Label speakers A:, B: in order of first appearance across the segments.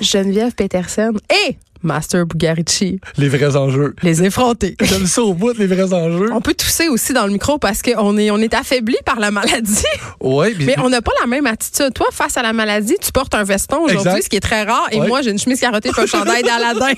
A: Geneviève Peterson et Master Bugarici.
B: Les vrais enjeux.
A: Les effrontés.
B: J'aime ça au bout, les vrais enjeux.
A: On peut tousser aussi dans le micro parce qu'on est, on est affaibli par la maladie.
B: Ouais, puis-
A: Mais on n'a pas la même attitude. Toi, face à la maladie, tu portes un veston aujourd'hui,
B: Exact.
A: ce qui est très rare. Et
B: Ouais.
A: moi, j'ai une chemise carottée et un chandail d'Aladin.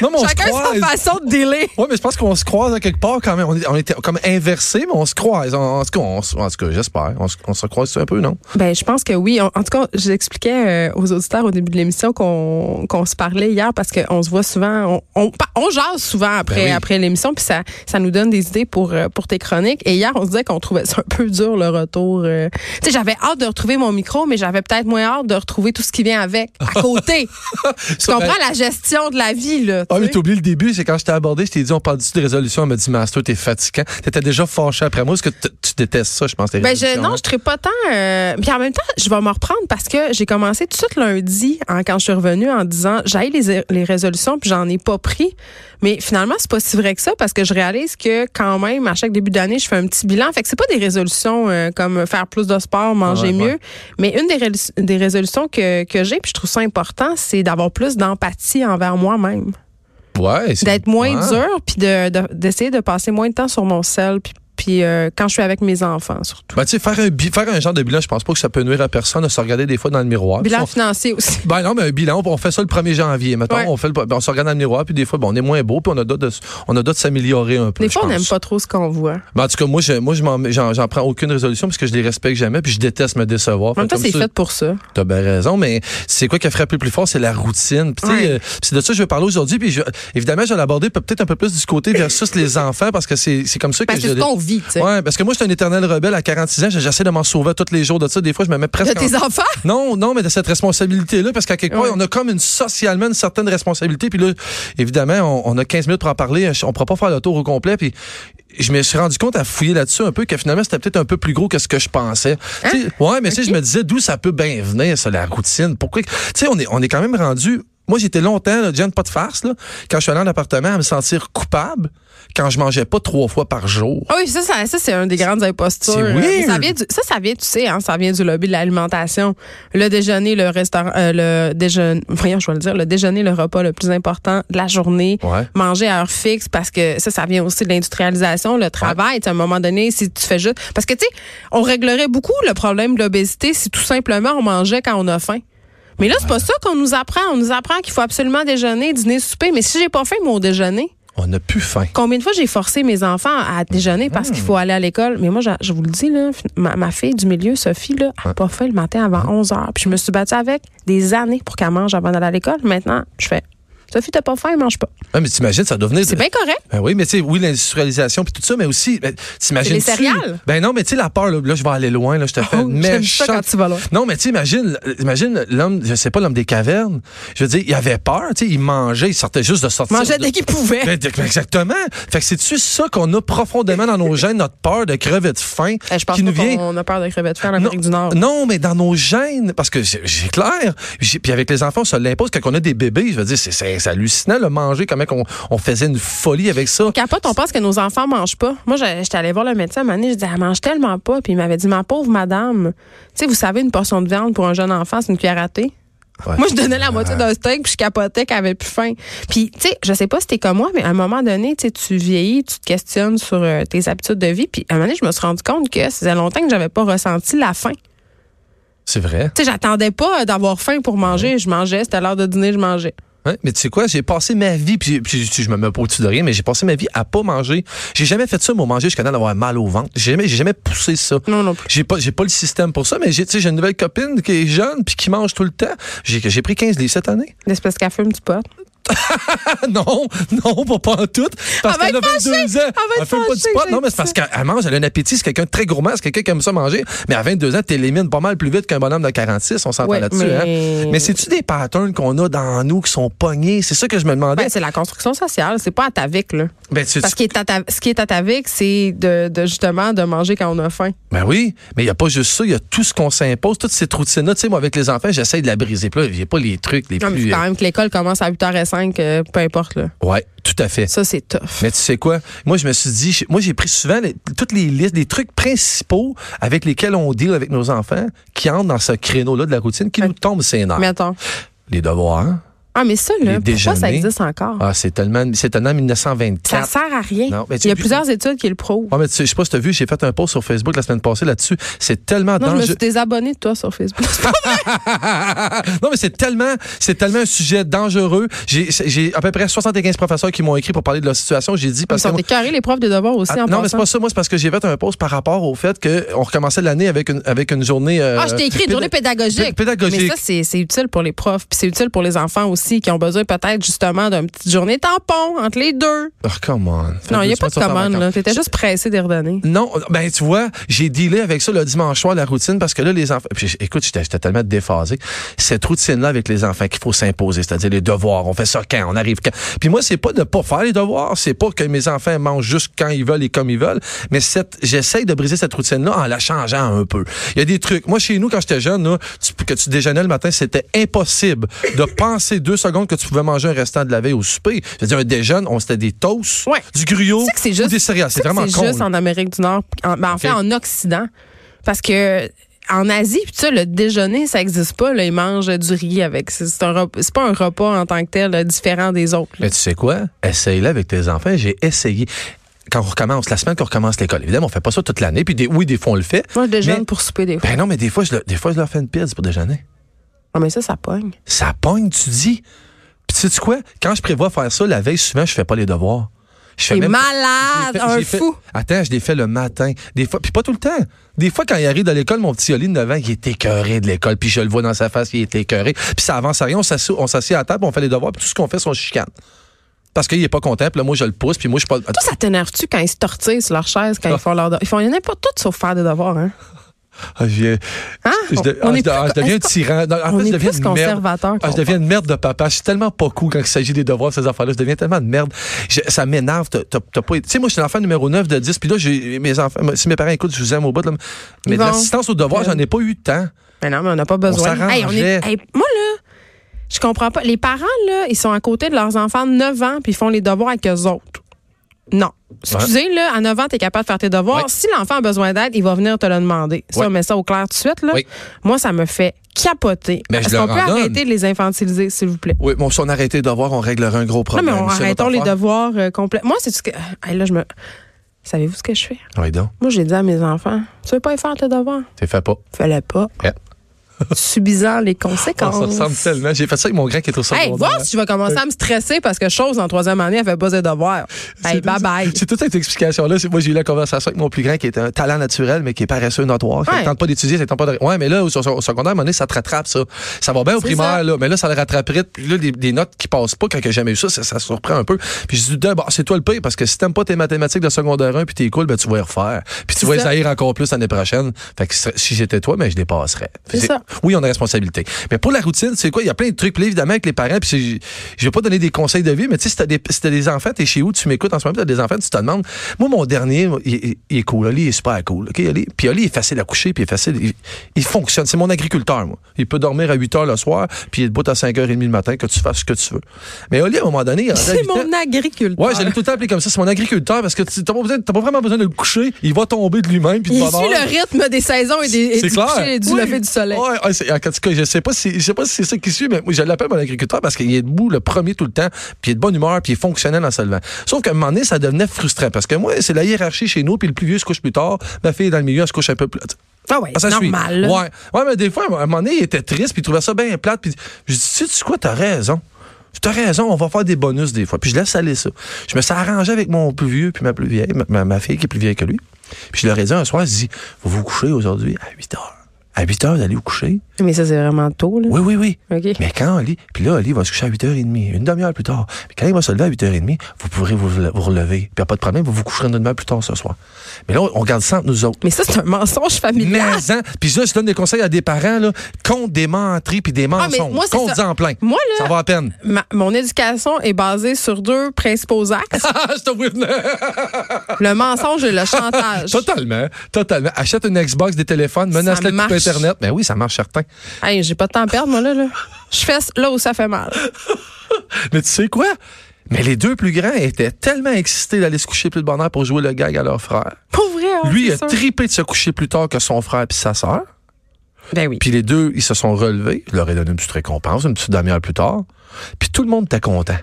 B: non, mais on se
A: Chacun sa
B: croise.
A: façon de délai.
B: Ouais, mais je pense qu'on se croise à quelque part quand même. On est- On était comme inversés, mais on se croise. En en tout cas, on se- en tout cas, j'espère. On se- on se croise un peu, non?
A: Ben, je pense que oui. En, en tout cas, j'expliquais euh, aux auditeurs au début de l'émission qu'on qu'on se parlait hier parce qu'on se voit souvent, on, on, pa- on jase souvent après,
B: Ben oui.
A: après l'émission, puis ça, ça nous donne des idées pour, euh, pour tes chroniques. Et hier, on se disait qu'on trouvait ça un peu dur le retour. euh. Tu sais, j'avais hâte de retrouver mon micro, mais j'avais peut-être moins hâte de retrouver tout ce qui vient avec, à côté. tu
B: Ça, ben-
A: comprends la gestion de la vie, là. tu
B: Ah, mais
A: sais.
B: t'as oublié le début, c'est quand je t'ai abordé, je t'ai dit, on parle de résolution. Elle m'a dit, Master, t'es fatigant. T'étais déjà fâché après moi. Est-ce que t- tu détestes ça, je pense, les
A: Ben je,
B: résolutions,
A: non,
B: hein?
A: je ne pas tant. euh, puis en même temps, je vais me reprendre parce que j'ai commencé tout de suite lundi hein, quand je suis revenue en disant j'ai les, les résolutions puis j'en ai pas pris. Mais finalement, c'est pas si vrai que ça parce que je réalise que quand même à chaque début d'année, je fais un petit bilan. Fait que c'est pas des résolutions euh, comme faire plus de sport, manger
B: Ouais, ouais.
A: mieux, mais une des, rés- des résolutions que, que j'ai puis je trouve ça important, c'est d'avoir plus d'empathie envers moi-même,
B: Ouais, c'est-
A: d'être moins
B: Ouais.
A: dur puis de- de- d'essayer de, passer moins de temps sur mon sel puis puis, euh, quand je suis avec mes enfants surtout.
B: Ben, tu sais, faire un, bi- faire un genre de bilan, je pense pas que ça peut nuire à personne de se regarder des fois dans le miroir.
A: Bilan
B: Puis on-
A: financier aussi.
B: Ben non, mais un bilan, on fait ça le 1er janvier. Maintenant,
A: Ouais.
B: on, fait le- ben, on se regarde dans le miroir, puis des fois, ben, on est moins beau, puis on a d'autres de, s- on a d'autres de s'améliorer un peu.
A: Des
B: je
A: fois, on
B: pense.
A: n'aime pas trop ce qu'on voit.
B: Ben, en tout cas, moi, je, moi, je m'en- j'en, j'en prends aucune résolution parce que je les respecte jamais, puis je déteste me décevoir.
A: En même temps,
B: comme
A: c'est
B: ça,
A: fait pour ça.
B: T'as bien raison, mais c'est quoi qui a frappé le plus fort, c'est la routine. Puis, tu sais,
A: Ouais.
B: euh, c'est de ça que je veux parler aujourd'hui. Puis je- évidemment, je vais l'aborder peut- peut-être un peu plus du côté versus les enfants parce que c'est, c'est comme ça
A: Parce
B: que
A: que
B: je
A: Ben, c'est ce qu'on vit, tu sais.
B: Ouais, parce que moi, je suis un éternel rebelle à 46 ans. J'essaie de m'en sauver tous les jours de ça. Des fois, je me mets
A: De
B: presque. en-
A: tes enfants?
B: Non, non, mais de cette responsabilité-là, parce qu'à quelque part,
A: Ouais.
B: on a comme une socialement une certaine responsabilité. Puis là, évidemment, on, on a 15 minutes pour en parler. Je- On ne pourra pas faire le tour au complet. Puis je me suis rendu compte à fouiller là-dessus un peu que finalement, c'était peut-être un peu plus gros que ce que je pensais. Tu sais, Ouais, mais tu sais, je me disais d'où ça peut bien venir, ça, la routine. Pourquoi? que- Tu sais, on est, on est quand même rendu. Moi, j'étais longtemps, là, Jen, pas de farce, là, quand je suis allé en appartement, à me sentir coupable quand je mangeais pas trois fois par jour.
A: Ah oui, ça, ça, ça, c'est une des grandes impostures.
B: Oh. C'est
A: Euh,
B: weird.
A: mais Ça, vient du- ça, ça vient, tu sais, hein, ça vient du lobby de l'alimentation. Le déjeuner, le restaurant, euh, le déjeuner, voyons, je vais le dire, le déjeuner, le repas le plus important de la journée.
B: Ouais.
A: Manger à heure fixe parce que ça, ça vient aussi de l'industrialisation, le travail. tu sais, À un moment donné, si tu fais juste. Parce que, tu sais, on réglerait beaucoup le problème de l'obésité si tout simplement on mangeait quand on a faim. Mais là, c'est pas ça qu'on nous apprend. On nous apprend qu'il faut absolument déjeuner, dîner, souper. Mais si j'ai pas faim, mon déjeuner,
B: On n'a plus faim.
A: Combien de fois j'ai forcé mes enfants à déjeuner parce qu'il faut aller à l'école? Mais moi, je, je vous le dis, là, ma, ma fille du milieu, Sophie, là, elle n'a pas fait le matin avant 11 heures. Puis je me suis battue avec des années pour qu'elle mange avant d'aller à l'école. Maintenant, je fais. Sophie, t'as pas faim, mange pas.
B: Ouais, mais t'imagines, ça doit venir.
A: C'est bien correct.
B: Ben oui, mais tu sais, oui, l'industrialisation puis tout ça, mais aussi, ben, t'imagines.
A: C'est les céréales.
B: Ben non, mais tu sais, la peur, là, là, je vais aller loin, là, je te fais
A: Oh,
B: une
A: j'aime ça
B: méchante-
A: quand tu vas loin.
B: Non, mais tu sais, imagine, euh, imagine l'homme, je sais pas, l'homme des cavernes. Je veux dire, il avait peur, tu sais, il mangeait, il sortait juste de sortir.
A: Mangeait
B: de-
A: dès qu'il pouvait.
B: Ben, d- Exactement. Fait que c'est-tu ça qu'on a profondément dans nos gènes, notre peur de crever de faim,
A: Eh, je pense
B: qui nous
A: pas
B: vient
A: qu'on a peur de crevettes de fer en Amérique du Nord.
B: non, mais dans nos gènes, parce que c'est c'est clair, j'ai- puis avec les enfants, on se l'impose quand on a des bébés. Je veux dire, c'est- c'est c'est hallucinant, le manger, comment qu'on- on faisait une folie avec ça.
A: Capote, on pense que nos enfants mangent pas. Moi, je- j'étais allée voir le médecin, à un moment donné, je dis, elle mange tellement pas. Puis il m'avait dit, ma pauvre madame, tu sais, vous savez, une portion de viande pour un jeune enfant, c'est une cuillère à thé.
B: Ouais.
A: Moi, je donnais la moitié d'un steak, puis je capotais qu'elle avait plus faim. Puis, tu sais, je sais pas si t'es comme moi, mais à un moment donné, tu sais, tu vieillis, tu te questionnes sur euh, tes habitudes de vie. Puis, à un moment donné, je me suis rendu compte que ça faisait longtemps que j'avais pas ressenti la faim.
B: C'est vrai.
A: Tu sais, j'attendais pas euh, d'avoir faim pour manger. Je mangeais, c'était l'heure de dîner, je mangeais.
B: Ouais, hein? mais tu sais quoi, j'ai passé ma vie, puis, puis, tu- je me mets pas au-dessus de rien, mais j'ai passé ma vie à pas manger. J'ai jamais fait ça, moi, manger jusqu'à temps d'avoir mal au ventre. J'ai jamais, j'ai jamais poussé ça.
A: Non, non plus.
B: J'ai pas, j'ai pas le système pour ça, mais j'ai, tu sais, j'ai une nouvelle copine qui est jeune puis qui mange tout le temps. J'ai, j'ai pris 15 livres cette année.
A: L'espèce qu'elle fume, tu potes.
B: non, non, pas, pas en tout. Parce
A: Elle va
B: qu'elle a
A: être fâchée.
B: 22 ans.
A: Elle va être
B: fait pas du
A: fâchée,
B: sport.
A: j'ai
B: Non, mais
A: dit
B: c'est parce
A: ça.
B: qu'elle mange, elle a un appétit. C'est quelqu'un de très gourmand. C'est quelqu'un qui aime ça manger. Mais à 22 ans, t'élimines pas mal plus vite qu'un bonhomme de 46. On s'entend
A: Ouais,
B: là-dessus.
A: mais-
B: hein. Mais c'est-tu des patterns qu'on a dans nous qui sont pognés? C'est ça que je me demandais.
A: Ben, c'est la construction sociale, c'est pas atavique, là.
B: Ben, tu-
A: Parce que ce qui est atavique, c'est de, de, justement de manger quand on a faim.
B: Ben oui, mais il n'y a pas juste ça, il y a tout ce qu'on s'impose, toute cette routine-là. Tu sais, moi, avec les enfants, j'essaie de la briser. Puis là, il n'y a pas les trucs les
A: Non, mais
B: plus.
A: faut quand même que l'école commence à 8h05, euh, peu importe, là.
B: euh, Ouais, tout à fait.
A: Ça, c'est tough.
B: Mais tu sais quoi? Moi, je me suis dit, je- moi, j'ai pris souvent les- toutes les listes, les trucs principaux avec lesquels on deal avec nos enfants qui entrent dans ce créneau-là de la routine qui nous tombe ses nerfs.
A: Mettons.
B: Les devoirs.
A: Ah, mais ça,
B: Ah.
A: là,
B: Les
A: pourquoi ça
B: déjeuners.
A: existe encore?
B: Ah, c'est tellement, c'est tellement 1924.
A: Ça sert à rien.
B: Non, mais tu-
A: Il y a plusieurs études qui le prouvent.
B: Ouais, Ah, mais tu sais, je sais pas si t'as vu, j'ai fait un post sur Facebook la semaine passée là-dessus. C'est tellement
A: Non, je me
B: dangereux.
A: suis désabonnée de toi sur Facebook.
B: Ah, non, mais c'est tellement, c'est tellement un sujet dangereux. J'ai, j'ai à peu près 75 professeurs qui m'ont écrit pour parler de leur situation. J'ai dit
A: Ils
B: parce que.
A: sont écœurés, les profs de devoir aussi, en
B: Ah, non, mais c'est
A: passant.
B: pas ça. Moi, c'est parce que j'ai fait un pause par rapport au fait qu'on recommençait l'année avec une, avec une journée. euh,
A: Ah, je t'ai écrit une
B: péda-
A: journée pédagogique.
B: pé- pédagogique.
A: Mais ça, c'est c'est utile pour les profs. Puis c'est utile pour les enfants aussi qui ont besoin peut-être justement d'une petite journée tampon entre les deux.
B: Oh, come on. Fait
A: non, il n'y
B: deux
A: a pas de
B: semaines,
A: commande,
B: ça
A: là. T'étais juste pressé d'y redonner.
B: Non, ben tu vois, j'ai dealé avec ça le dimanche soir, la routine, parce que là, les enfants... Puis, écoute, j'étais j'étais tellement déphasé. Cette routine-là avec les enfants qu'il faut s'imposer, c'est-à-dire les devoirs, on fait ça quand, on arrive quand. Puis moi, c'est pas de pas faire les devoirs, c'est pas que mes enfants mangent juste quand ils veulent et comme ils veulent, mais cette... j'essaye de briser cette routine-là en la changeant un peu. Il y a des trucs. Moi, chez nous, quand j'étais jeune, là, tu- que tu déjeunais le matin, c'était impossible de penser deux secondes que tu pouvais manger un restant de la veille au souper. C'est-à-dire un déjeune, on c'était des toasts,
A: Ouais.
B: du gruau,
A: Tu sais que c'est
B: ou
A: juste.
B: des céréales. C'est
A: tu sais que
B: vraiment con.
A: C'est juste
B: là.
A: en Amérique du Nord, en, ben, en fait
B: Ok.
A: en Occident. Parce que. En Asie, puis ça, le déjeuner, ça existe pas. Là, ils mangent du riz avec. C'est c'est un rep- c'est pas un repas en tant que tel là, différent des autres. là.
B: Mais tu sais quoi? Essaye-le avec tes enfants. J'ai essayé. Quand on recommence, la semaine qu'on recommence l'école. Évidemment, on fait pas ça toute l'année. Puis des, oui, des fois, on le fait.
A: Moi, je déjeune
B: mais-
A: pour souper des fois.
B: Ben non, mais des fois, je, le- des fois, je leur fais une pizza pour déjeuner.
A: Ah, mais ça, ça pogne.
B: Ça pogne, tu dis. Puis sais tu quoi? Quand je prévois faire ça, la veille, souvent, je fais pas les devoirs. Je fais
A: T'es
B: même-
A: malade,
B: j'ai fait-
A: un
B: j'ai fait-
A: fou.
B: Attends, je l'ai fait le matin. Des fois, puis pas tout le temps. Des fois, quand il arrive de l'école, mon petit Oli de 9 ans, il est écœuré de l'école. Puis je le vois dans sa face, il est écœuré. Puis ça avance à rien. On s'assoit- on s'assied à la table, on fait les devoirs, puis tout ce qu'on fait, c'est on se chicane. Parce qu'il est pas content, puis là, moi, je le pousse, puis moi, je suis pas.
A: Toi, ça t'énerve-tu quand ils se tortillent sur leur chaise, quand
B: Ah.
A: ils font leur devoir? Ils font rien pas tout sauf faire des devoirs, hein?
B: Ah, je viens-
A: Hein?
B: je de-
A: On- on
B: ah,
A: est
B: je
A: plus-
B: de- ah, je deviens un
A: est-ce qu'on-
B: tyran. Non, en
A: on
B: fait,
A: est
B: je deviens
A: plus
B: une merde.
A: conservateur
B: Ah,
A: qu'on
B: je deviens une merde de papa. Je suis tellement pas cool quand il s'agit des devoirs, ces enfants-là. Je deviens tellement de merde. Je- ça m'énerve. T'as- t'as- t'as pas été- Tu sais, moi, je suis l'enfant numéro 9 de 10. Puis là, j'ai mes enfants. Si mes parents écoutent, je vous aime au bout. là. mais
A: Ils
B: de
A: vont.
B: l'assistance aux devoirs, j'en ai pas eu tant.
A: Mais Ben non, mais on n'a pas besoin.
B: s'arrangeait.
A: Hey, on est- hey, moi, là, je comprends pas. Les parents, là, ils sont à côté de leurs enfants de 9 ans, puis ils font les devoirs avec eux autres. Non. Excusez, là, à 9 ans, tu es capable de faire tes devoirs.
B: Ouais.
A: Si l'enfant a besoin d'aide, il va venir te le demander. Ça,
B: Ouais.
A: on met ça au clair tout de suite, là.
B: Oui.
A: Moi, ça me fait capoter.
B: Ben, je
A: Est-ce
B: leur
A: qu'on peut
B: en donne.
A: arrêter de les infantiliser, s'il vous plaît?
B: Oui, bon, si on arrêtait les devoirs, on réglerait un gros
A: Non,
B: problème.
A: mais on
B: C'est notre
A: arrêtons les
B: affaire.
A: devoirs euh, complets. Moi, c'est ce que. Hey, là, je me. Savez-vous ce que je fais?
B: Oui, donc.
A: Moi, j'ai dit à mes enfants, tu veux pas y faire tes devoirs?
B: T'es fait pas.
A: Fallait pas.
B: Ouais.
A: Subisant les
B: Oh,
A: conséquences.
B: ça ressemble tellement. J'ai fait ça avec mon grand qui est au
A: Hey,
B: secondaire.
A: voir si je vais commencer à me stresser parce que chose en troisième année, elle fait pas ses devoirs. Hey,
B: C'est
A: bye
B: tout-
A: bye.
B: C'est toute cette explication-là. C'est- Moi, j'ai eu la conversation avec mon plus grand qui est un talent naturel, mais qui est paresseux, notoire. qui
A: Ouais.
B: ne tente pas d'étudier, ça tente pas de. Ouais, mais là, au, au- au secondaire, à un moment donné, ça te rattrape, ça. Ça va bien au
A: C'est
B: primaire,
A: ça.
B: là. Mais là, ça le rattraperait. Puis là, des, des notes qui passent pas quand que j'ai jamais eu ça, ça, ça surprend un peu. Puis je dis, bon, c'est toi le pire, parce que si t'aimes pas tes mathématiques de secondaire 1 puis t'es cool, ben, tu vas y refaire. Puis tu
A: C'est
B: vas les
A: ça.
B: haïr encore plus l'année prochaine. Fait que si si j'étais toi, ben, je dépasserais.
A: C'est ça.
B: Oui, on a responsabilité. Mais pour la routine, c'est quoi? Il y a plein de trucs. Puis là, évidemment, avec les parents, puis c'est- je vais pas donner des conseils de vie, mais tu sais, si t'as des, si t'as des enfants, t'es chez où, tu m'écoutes en ce moment, puis t'as des enfants, tu te demandes. Moi, mon dernier, il, il- il est cool. Oli, il est super cool. OK, Oli? Puis Oli est facile à coucher, puis il est facile. Il, il fonctionne. C'est mon agriculteur, moi. Il peut dormir à 8 h le soir, puis il est debout à 5 h 30 le matin, que tu fasses ce que tu veux. Mais Oli, à un moment donné, il est rendu à
A: C'est
B: 8 ans.
A: mon agriculteur.
B: Ouais, j'allais tout le temps appeler comme ça. C'est mon agriculteur parce que tu t'as pas, besoin- t'as pas vraiment besoin de le coucher. Il va tomber de lui-même puis
A: Il
B: de
A: suit
B: bonheur.
A: le rythme des saisons et, des, et
B: C'est
A: du,
B: clair.
A: coucher et du
B: Oui.
A: lever du soleil.
B: Ouais, ouais, c'est- en tout cas, je sais pas si, je sais pas si c'est ça qui suit, mais moi, je l'appelle mon agriculteur parce qu'il est debout le premier tout le temps, puis il est de bonne humeur, puis il est fonctionnel en se levant. Sauf qu'à un moment donné, ça devenait frustrant parce que moi, c'est la hiérarchie chez nous, puis le plus vieux se couche plus tard, ma fille est dans le milieu, elle se couche un peu plus.
A: Ah ouais,
B: Ah, ça suit.
A: normal. là.
B: Ouais. ouais, mais des fois, à un moment donné, il était triste, puis il trouvait ça bien plate, puis je dis, tu sais quoi, t'as raison. T'as raison, on va faire des bonus des fois. Puis je laisse aller ça. Je me suis arrangé avec mon plus vieux puis ma plus vieille, ma, ma- ma fille qui est plus vieille que lui. Puis je leur ai dit un soir, je dis, vous vous couchez aujourd'hui à 8 heures. à 8 heures d'aller au coucher.
A: Mais ça, c'est vraiment tôt, là.
B: Oui, oui, oui.
A: OK.
B: Mais quand Oli, puis là, Oli va se coucher à 8h30, une demi-heure plus tard. Mais quand il va se lever à 8h30, vous pourrez vous, vous relever. Puis y a pas de problème, vous vous coucherez une demi-heure plus tard ce soir. Mais là, on garde ça entre nous autres.
A: Mais ça, c'est un mensonge familial.
B: Mais en- Puis là, je donne des conseils à des parents, là, contre des menteries puis des mensonges.
A: mais moi, c'est
B: Compte-en
A: ça.
B: plein.
A: Moi, là-
B: Ça va à peine.
A: Ma- mon éducation est basée sur deux principaux axes,
B: je te vois venir.
A: le mensonge et le chantage.
B: Totalement. Totalement. Achète une Xbox, des téléphones, menace-le
A: marche.
B: tout Internet. Ben oui, ça marche certain.
A: Hey, j'ai pas de temps à perdre, moi, là. là. Je fesse là où ça fait mal.
B: Mais tu sais quoi? Mais les deux plus grands étaient tellement excités d'aller se coucher plus de bonne heure pour jouer le gag à leur frère.
A: Pour vrai, hein,
B: Lui
A: c'est
B: a
A: sûr.
B: tripé de se coucher plus tard que son frère puis sa sœur.
A: Ben oui.
B: Puis les deux, ils se sont relevés. Je leur ai donné une petite récompense, une petite demi-heure plus tard. Puis tout le monde était content.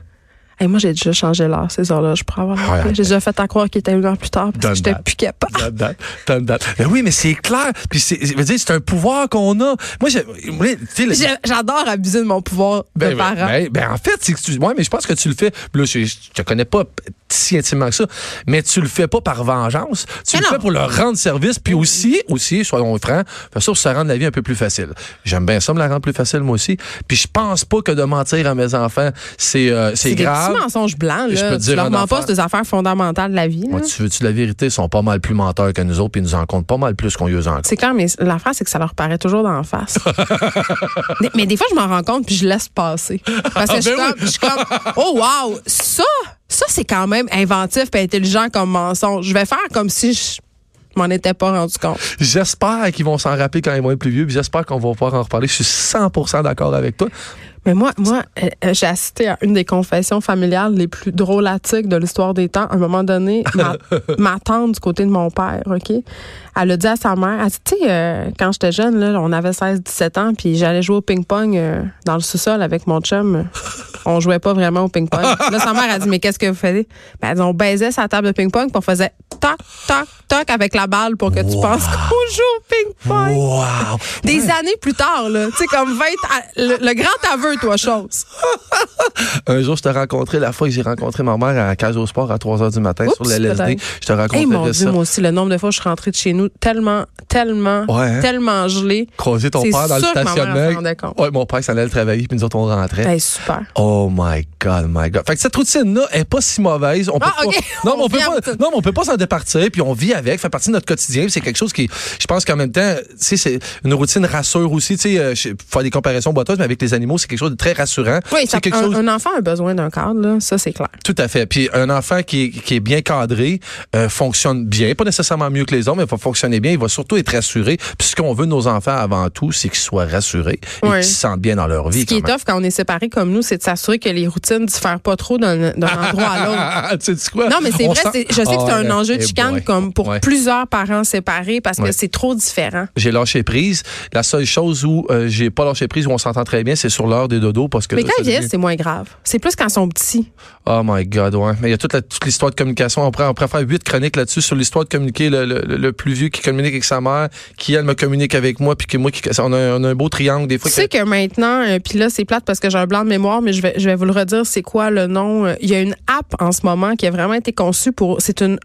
A: Hey, moi, j'ai déjà changé l'heure, ces heures-là, je pourrais avoir
B: Ah,
A: J'ai déjà fait à croire qu'il était une heure plus tard parce
B: Donne
A: que j'étais
B: date.
A: plus capable.
B: Date, date, date, date. Ben oui, mais c'est clair. Puis c'est, je veux dire, c'est un pouvoir qu'on a. Moi, j'ai, moi, tu sais, le-
A: J'ai- J'adore abuser de mon pouvoir de
B: Ben, ben,
A: parent.
B: ben, ben, en fait, c'est que tu- ouais, mais je pense que tu le fais. Là, je, je te connais pas p- si intimement que ça, mais tu le fais pas par vengeance. Tu
A: Mais
B: le
A: non.
B: fais pour leur rendre service, puis aussi, aussi, soyons francs, faire ça pour se rendre la vie un peu plus facile. J'aime bien ça, me la rendre plus facile moi aussi. Puis je pense pas que de mentir à mes enfants, c'est euh, c'est
A: C'est des
B: grave.
A: petits mensonges blancs, là.
B: Je peux
A: tu
B: te dire
A: leur
B: en
A: mens pas,
B: affaires.
A: c'est des affaires fondamentales de la vie.
B: Moi,
A: là.
B: tu veux-tu la vérité? Ils sont pas mal plus menteurs que nous autres, puis ils nous en comptent pas mal plus qu'on eux en compte.
A: C'est clair, mais l'affaire, c'est que ça leur paraît toujours d'en face. mais, mais des fois, je m'en rends compte puis je laisse passer. Parce que je, suis
B: ben oui.
A: comme, je suis comme, oh wow, ça, ça, c'est quand même inventif et intelligent comme mensonge. Je vais faire comme si je m'en étais pas rendu compte.
B: J'espère qu'ils vont s'en rappeler quand ils vont être plus vieux, puis j'espère qu'on va pouvoir en reparler. Je suis 100 d'accord avec toi.
A: Mais moi, moi euh, euh, j'ai assisté à une des confessions familiales les plus drôlatiques de l'histoire des temps. À un moment donné, ma, ma tante du côté de mon père, OK, elle a dit à sa mère, elle dit, tu sais, euh, quand j'étais jeune, là, on avait 16-17 ans, puis j'allais jouer au ping-pong euh, dans le sous-sol avec mon chum. On jouait pas vraiment au ping-pong. Là, sa mère a dit, mais qu'est-ce que vous faisiez? Ben, elle dit, on baisait sa table de ping-pong, puis on faisait toc, toc, toc avec la balle pour que tu penses qu'on joue au ping-pong.
B: Wow!
A: Des années plus tard, là. Tu sais, comme 20 à- le, le grand aveu, toi, chose.
B: Un jour, je t'ai rencontré, la fois que j'ai rencontré ma mère à Cage au Sport à 3 h du matin
A: Oups,
B: sur le LSD.
A: peut-être.
B: Je te raconterai
A: Hey, mon Dieu,
B: ça.
A: moi aussi, le nombre de fois que je suis rentrée de chez nous, tellement, tellement,
B: Ouais, hein?
A: tellement gelée.
B: Croiser ton
A: C'est
B: père dans le
A: sûr que ma mère
B: stationnement.
A: s'en rendait compte.
B: Ouais, mon père s'en allait travailler, puis nous autres, on rentrait.
A: Ben, super.
B: Oh my God, my God. Fait que cette routine-là est pas si mauvaise. On peut
A: Ah,
B: pas-
A: ok.
B: non, mais
A: On
B: on peut
A: vit
B: pas,
A: avec ça.
B: non, mais on peut pas s'en départir, puis on vit avec, fait partie de notre quotidien. puis C'est quelque chose qui, je pense qu'en même temps, tu sais, c'est une routine rassure aussi. Tu sais, euh, je- pour faire des comparaisons boiteuses, mais avec les animaux, c'est quelque chose de très rassurant.
A: Oui, ça-
B: c'est quelque
A: un,
B: chose.
A: un enfant a besoin d'un cadre, là. Ça, c'est clair.
B: Tout à fait. Puis un enfant qui est, qui est bien cadré euh, fonctionne bien, pas nécessairement mieux que les hommes, mais il va fonctionner bien. Il va surtout être rassuré. Puis ce qu'on veut de nos enfants avant tout, c'est qu'ils soient rassurés et
A: Ouais.
B: qu'ils se sentent bien dans leur vie.
A: Ce qui
B: quand
A: est
B: même.
A: tough quand on est séparés comme nous, c'est de s'assurer que les routines diffèrent pas trop d'un d'un endroit à l'autre.
B: Ah, tu sais quoi?
A: Non, mais c'est
B: On
A: vrai,
B: sent-
A: c'est- je sais que c'est
B: Ah,
A: un
B: ouais.
A: enjeu de
B: Eh
A: chicane
B: boy.
A: comme pour
B: Ouais.
A: plusieurs parents séparés parce que
B: Ouais.
A: c'est trop différent.
B: J'ai lâché prise. La seule chose où euh, j'ai pas lâché prise, où on s'entend très bien, c'est sur l'heure des dodos parce que.
A: Mais
B: là,
A: quand
B: ça
A: ils vieillissent,
B: devient-
A: c'est moins grave. C'est plus quand ils sont petits.
B: Oh my God, ouais. Mais il y a toute la- toute l'histoire de communication. On pourrait, on pourrait faire huit chroniques là-dessus sur l'histoire de communiquer le, le- le- le plus vieux qui communique avec sa mère, qui elle me communique avec moi, puis que moi qui. On a, un- on a un beau triangle des fois.
A: Tu sais que maintenant, euh, puis là, c'est plate parce que j'ai un blanc de mémoire, mais je vais, je vais vous le redire, c'est quoi le nom. Euh, Il y a une app en ce moment qui a vraiment été conçue pour. C'est une,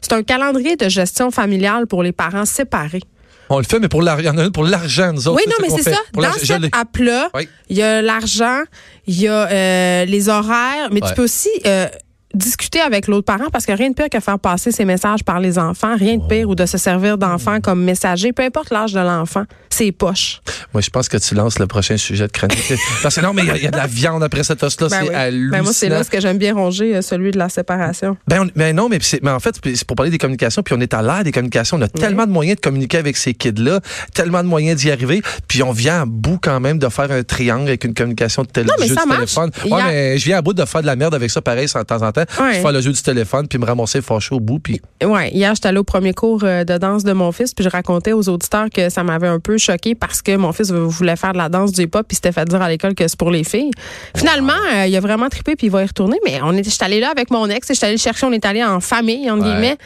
A: c'est un calendrier de gestion familiale pour les parents séparés.
B: On le fait, mais pour l'argent. Il y en a une pour l'argent, nous autres.
A: oui,
B: Oh, c'est
A: non,
B: ce
A: mais
B: qu'on
A: c'est
B: fait.
A: ça.
B: Pour
A: Dans
B: l'argent, je l'ai.
A: cette app-là,
B: Oui.
A: il y a l'argent, il y a euh, les horaires, mais tu
B: Ouais.
A: peux aussi. euh, discuter avec l'autre parent parce que rien de pire que faire passer ces messages par les enfants, rien
B: Oh.
A: de pire ou de se servir
B: Mm.
A: d'enfant comme messager, peu importe l'âge de l'enfant, c'est poche.
B: Moi, je pense que tu lances le prochain sujet de chronique. Parce que non, mais il y a- il y, a de la viande après cet os-là.
A: Ben
B: c'est
A: oui.
B: hallucinant.
A: Ben moi, c'est là ce que j'aime bien ronger, euh, celui de la séparation.
B: Ben, on- ben non, mais, c'est- mais en fait, c'est pour parler des communications, puis on est à l'ère des communications. On a tellement de moyens de communiquer avec ces kids-là, tellement de moyens d'y arriver, puis on vient à bout quand même de faire un triangle avec une communication de téléphone.
A: mais
B: jeu
A: ça
B: du
A: marche.
B: téléphone.
A: Il y
B: Ouais,
A: a-
B: mais je viens à bout de faire de la merde avec ça pareil sans- de temps en temps.
A: Ouais.
B: Je fais le jeu du téléphone, puis me ramasser fâché au bout, puis
A: Ouais, hier j'étais allée au premier cours euh, de danse de mon fils, puis je racontais aux auditeurs que ça m'avait un peu choqué parce que mon fils voulait faire de la danse du hip-hop, puis s'était fait dire à l'école que c'est pour les filles. Finalement, euh, il a vraiment trippé puis il va y retourner, mais on était j'étais allée là avec mon ex, et j'étais allée le chercher, on est allé en famille entre
B: Ouais.
A: guillemets.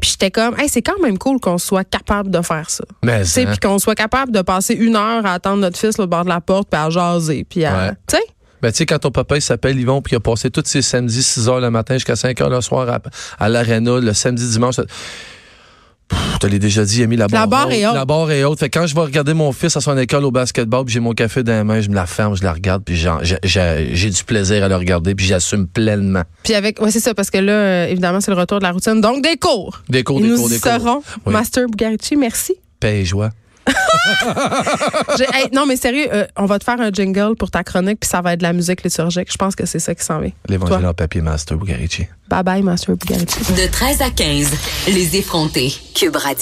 A: Puis j'étais comme hey, c'est quand même cool qu'on soit capable de faire ça.
B: mais
A: Tu sais,
B: hein.
A: puis qu'on soit capable de passer une heure à attendre notre fils là, au bord de la porte, puis à jaser, puis à
B: Ouais.
A: tu sais
B: Ben, tu sais, quand ton papa il s'appelle Yvon, puis il a passé tous ses samedis 6 h le matin jusqu'à 5 h le soir à, à l'aréna, le samedi, dimanche. Pff, Je te l'ai déjà dit, Amy, la barre,
A: barre est haute.
B: La barre est haute. Fait que quand je vais regarder mon fils à son école au basketball, puis j'ai mon café dans la main, je me la ferme, je la regarde, puis j'en- j'ai- j'ai j'ai du plaisir à le regarder, puis j'assume pleinement.
A: Puis avec, ouais, c'est ça, parce que là, euh, évidemment, c'est le retour de la routine. Donc, des cours.
B: Des cours,
A: Et
B: des
A: nous
B: cours,
A: y
B: des cours.
A: serons.
B: Oui.
A: Master Bugarici, merci.
B: Paix et joie.
A: J'ai- hey, non, mais sérieux, euh, on va te faire un jingle pour ta chronique, puis ça va être de la musique liturgique. Je pense que c'est ça qui s'en vient.
B: L'évangile
A: Toi.
B: en papier, Master Bugarici.
A: Bye bye, Master Bugarici.
C: De 13 à 15, les effrontés. Cube Radio.